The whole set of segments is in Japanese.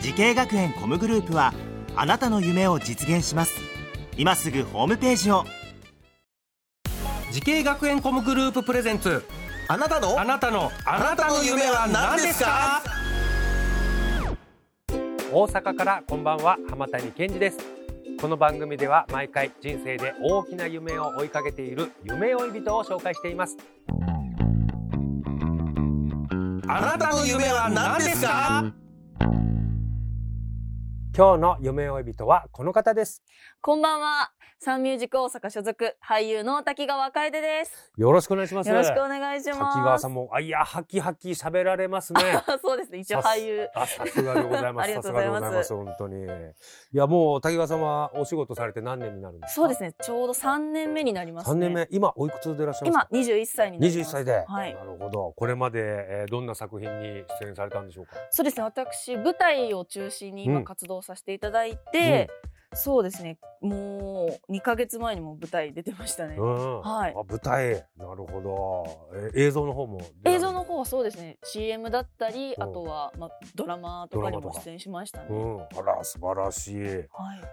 時系学園コムグループはあなたの夢を実現します今すぐホームページを時系学園コムグループプレゼンツあなたのあなたのあなたの夢は何ですか大阪からこんばんは浜谷健二ですこの番組では毎回人生で大きな夢を追いかけている夢追い人を紹介していますあなたの夢は何ですか今日の夢追い人はこの方ですこんばんは。サンミュージック大阪所属、俳優の滝川楓です。よろしくお願いしますよろしくお願いします。滝川さんもあいやハキハキ喋られますねそうですね、一応俳優。あさすがでございま あす。さすりががとうござでいごますざいます。本当に。いや、もう、滝川さんはお仕事されて何年になるんですかそうですね、ちょうど3年目になります三ね。年目。今、おいくつでいらっしゃいます今か、 21歳になり21ます。歳で、はいなるほど。これまで、えーどんな作品に出演されたんでしょうかそうですね、私、舞台を中心にう今ん活動させていただいて、そうですね、もう2ヶ月前にも舞台出てましたね。うん。はいあ舞台。なるほど。えー映像の方も出られる。映像の方はそうですね、CM だったり、うんあとは、まあ、ドラマとかにドラマもとか出演しましたね。うん。あら、素晴らしい。はい。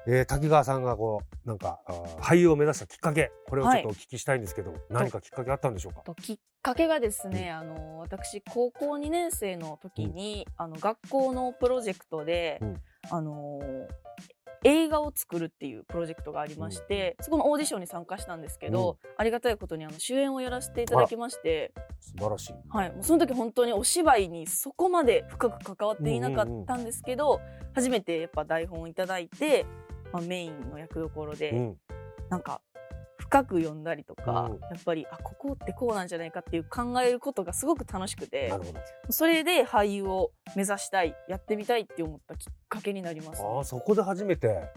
えー滝川さんが、こう、なんか、あー俳優を目指したきっかけ、これをちょっとお聞きしたいんですけど、何かきっかけあったんでしょうかときっかけがですね、あの私高校2年生の時に、あの学校のプロジェクトで、うんあの映画を作るっていうプロジェクトがありまして、そこのオーディションに参加したんですけど、ありがたいことにあの主演をやらせていただきまして、素晴らしい。はい、もうその時本当にお芝居にそこまで深く関わっていなかったんですけど、初めてやっぱ台本をいただいて、まあ、メインの役どころで、うん。なんか深く読んだりとか、うんやっぱりあここってこうなんじゃないかっていう考えることがすごく楽しくてなるほど。それで俳優を目指したいやってみたいって思ったきっかけになりますね、ああ、そこで初めて。はい、あ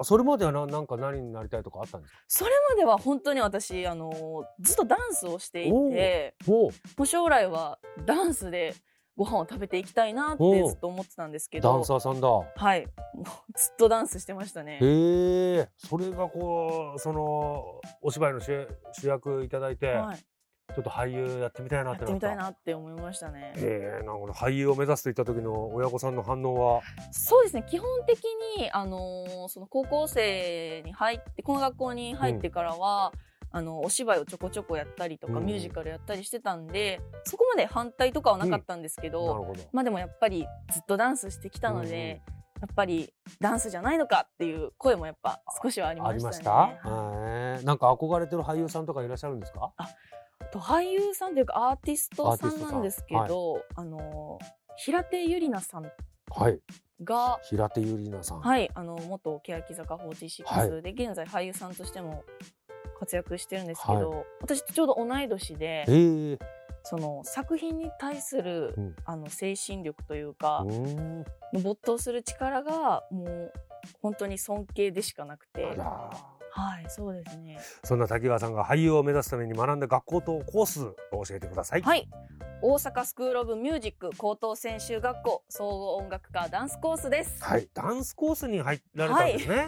あ、それまではな、なんか何になりたいとかあったんですかそれまでは本当に私あのずっとダンスをしていおておもう将来はダンスでご飯を食べていきたいなっおてずっと思ってたんですけダンどサーさんだ。はいもうずっとダンスしてましたね。へえ、それがこう、その、お芝居の主主役いただいて、はい、ちょっと俳優やってみたいなやっっなった。ててみたいなって思いましたね。ええ、なんかこの俳優を目指すと言った時の親御さんの反応は、そうですね基本的に、あのーその高校生に入ってこの学校に入ってからは、あのお芝居をちょこちょこやったりとか、うんミュージカルやったりしてたんでそこまで反対とかはなかったんですけなど、るほど。まあでもやっぱりずっとダンスしてきたので、うんうんやっぱりダンスじゃないのかっていう声もやっぱ少しはありあまりしたまね。した。ええ、なんか憧れてる俳優さんとかいらっしゃるんですか。と俳優さんというかアーティストさアーティスんトさんなんですけど、あのー平手友梨奈さんはい、が平手友梨奈さん。はい、あの元欅坂46で、現在俳優さんとしても活躍してるんですけど、私とちょうど同い年でええ、その作品に対する、うんあの精神力というかう、ーん、没頭する力がもう本当に尊敬でしかなくてあら。はいそうですねそんな滝川さんが俳優を目指すために学んだ学校とコースを教えてください。はい大阪スクール・オブ・ミュージック高等専修学校総合音楽科ダンスコースです、はい、ダンスコースに入られたんですね。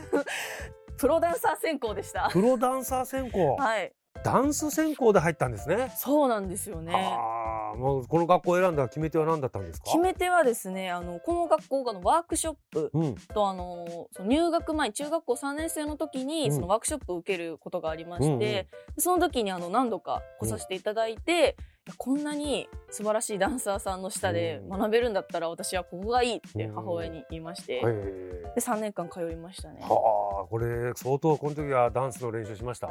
プロダンサー専攻でした プロダンサー専攻、はいダンス専攻で入ったんですね。そうなんですよねああ、もうこの学校を選んだ決め手は何だったんですか。決め手はですねあのこの学校があのワークショップうん、とあのその入学前中学校3年生の時にうんそのワークショップを受けることがありまして、うんうんその時にあの何度か来させていただいて、いやこんなに素晴らしいダンサーさんの下でうん学べるんだったら私はここがいいって母親に言いまして、はい。で3年間通いましたね。はあ、これ相当この時はダンスの練習しました。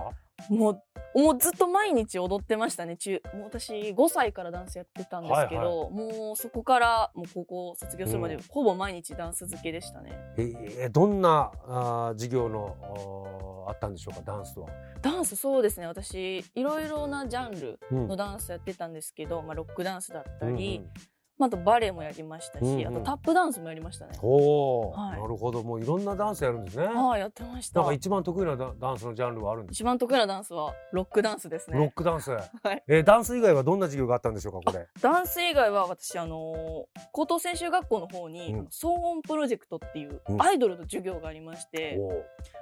もうもうずっと毎日踊ってましたね中もう私5歳からダンスやってたんですけど、もうそこからもう高校卒業するまで、うんほぼ毎日ダンス漬けでしたね。えー、どんなあー授業のあーあったんでしょうか、ダンスは。ダンスそうですね私いろいろなジャンルうんのダンスやってたんですけど、まあ、ロックダンスだったうんり、まああとバレエもやりましたし、うんうんあとタップダンスもやりましたね。おお、はいなるほどもういろんなダンスやるんですねはい、やってましたなんか。一番得意なダダンスのジャンルはあるんです一番得意なダンスはロックダンスですロッね。ク ダンス、いえーダンス以外はどんな授業があったんでしょうかこれダンス以外は私あのー高等専修学校の方に、うんあの騒音プロジェクトっていううんアイドルの授業がありまして、おー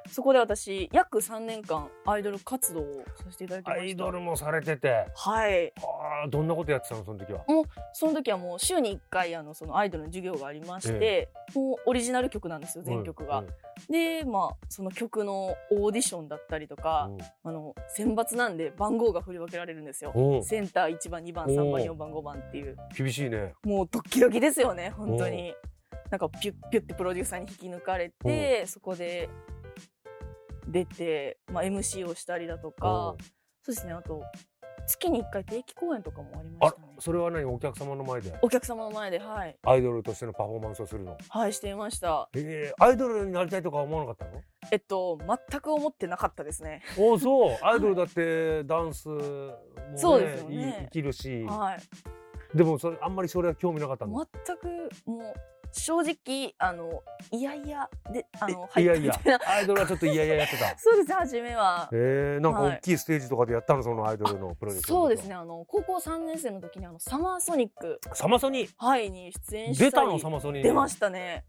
そこで私約3年間アイドル活動をさせていただきましアた。イドルもされててはい。あーどんなことやってたのその時はその時はもう週に1回あのそのアイドルの授業がありまして、もうオリジナル曲なんですよ全曲が。うんでまあその曲のオーディションだったりとか、うんあの選抜なんで番号が振り分けられるんですよ。おーセンター1番2番おう3番4番5番っていう厳しいねもうドッキドキですよね本当になんかピュッピュッてプロデューサーに引き抜かれてそこで出て、まあ、MC をしたりだとおかーそうですねあと月に1回定期公演とかもありまあしたねそれは何お客様の前でお客様の前ではいアイドルとしてのパフォーマンスをするのはいしていましたえー、アイドルになりたいとか思わなかったのえっと全く思ってなかったですねお そうアイドルだってダンスも、ね、そうですよねい生きるしはいでもそれあんまりそれは興味なかったの、全くもう正直あのいやいやであのい入やったいみやたいな アイドルはちょっと嫌々やってた そうです初めはえー、なんかはい大きいステージとかでやったのそのアイドルのプロジェクトそうですねあの高校3年生の時にあのサマーソニックサマソニはいに出演したり出たのサマソニ出まししたね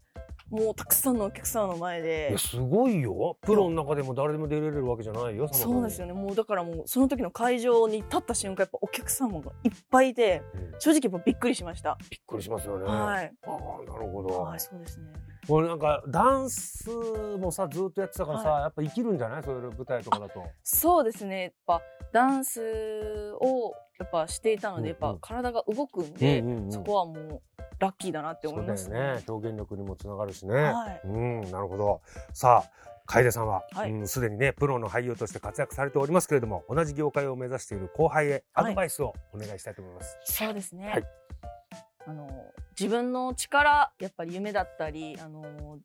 もうたくさんのお客さんの前いでやすごいよプロの中でも誰でも出れるわけじゃないよサマソニそうですよねもうだからもうその時の会場に立った瞬間やっぱお客様がいっぱいいてうんびっ正直やっぱびっくりしました、くりしますよね、はいああなるほど、はいそうですね俺なんかダンスもさずっとやってたからさ、はやっぱ生きるんじゃないそういう舞台とかだとそうですねやっぱダンスをやっぱしていたのでやっうんうぱん体が動くんで、うんうんうんそこはもうラッキーだなってそ思いうだまよすね表現力にもつながるしね、はいうんなるほどさあ楓さんははいうんすで、にねプロの俳優として活躍されておりますけれども同じ業界を目指している後輩へアはいドバイスをお願いしたいと思います、そうですね。はいあの自分の力やっぱり夢だったりあの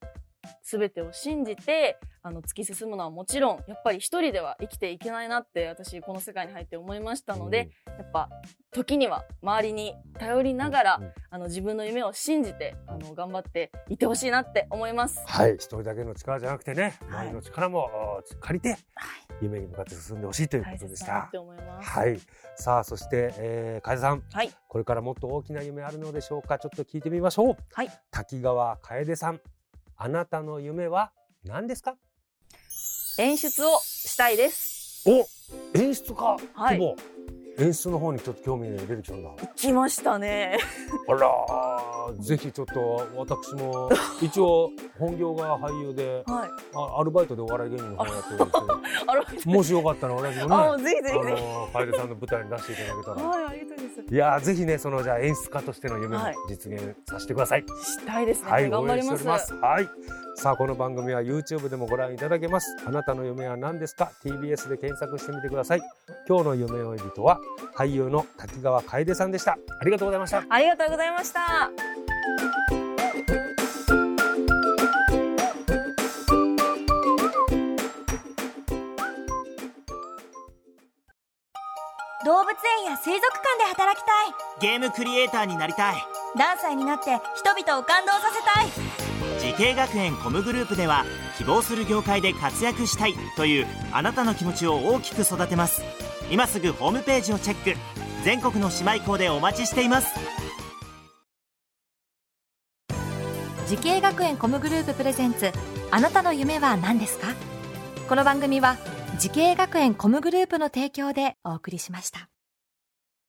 全てを信じてあの突き進むのはもちろんやっぱり一人では生きていけないなって私この世界に入って思いましたので、やっぱ時には周りに頼りうんながら、うんあの自分の夢を信じてあの頑張っていってほしいなって思います。はい一人だけの力じゃなくてねは周いりの力も、あー借りて夢に向かって進んでほしいというこ大とでし切だなたって思います。はいさあそして、えー、楓さんはいこれからもっと大きな夢あるのでしょうかちょっと聞いてみましょうはい滝川楓さんあなたの夢は何ですか演出をしたいです。お演出家はい希望演出の方にちょっと興味が出てきたんだ来ましたね。あらーぜひちょっと私も一応本業が俳優ではい。あアルバイトでお笑い芸人の方やってるんですあら、けどもしよかったら私もねああもうぜひぜひぜひ。の楓さんの舞台に出していただけたらはい、ありがとうございます。いやーぜひねそのじゃあ演出家としての夢をはい実現させてくださいしたいですね。はい、頑応張援りしてまおす。ります。はい。さあ、この番組は YouTube でもご覧いただけます。あなたの夢は何ですか ?TBS で検索してみてください。今日の夢追い人は俳優の滝川楓さんでした。ありがとうございました。ありがとうございました。動物園や水族館で働きたいゲームクリエイターになりたい何歳になって人々を感動させたい時系学園コムグループでは希望する業界で活躍したいというあなたの気持ちを大きく育てます今すぐホームページをチェック全国の姉妹校でお待ちしています時系学園コムグループプレゼンツあなたの夢は何ですかこの番組は時系学園コムグループの提供でお送りしました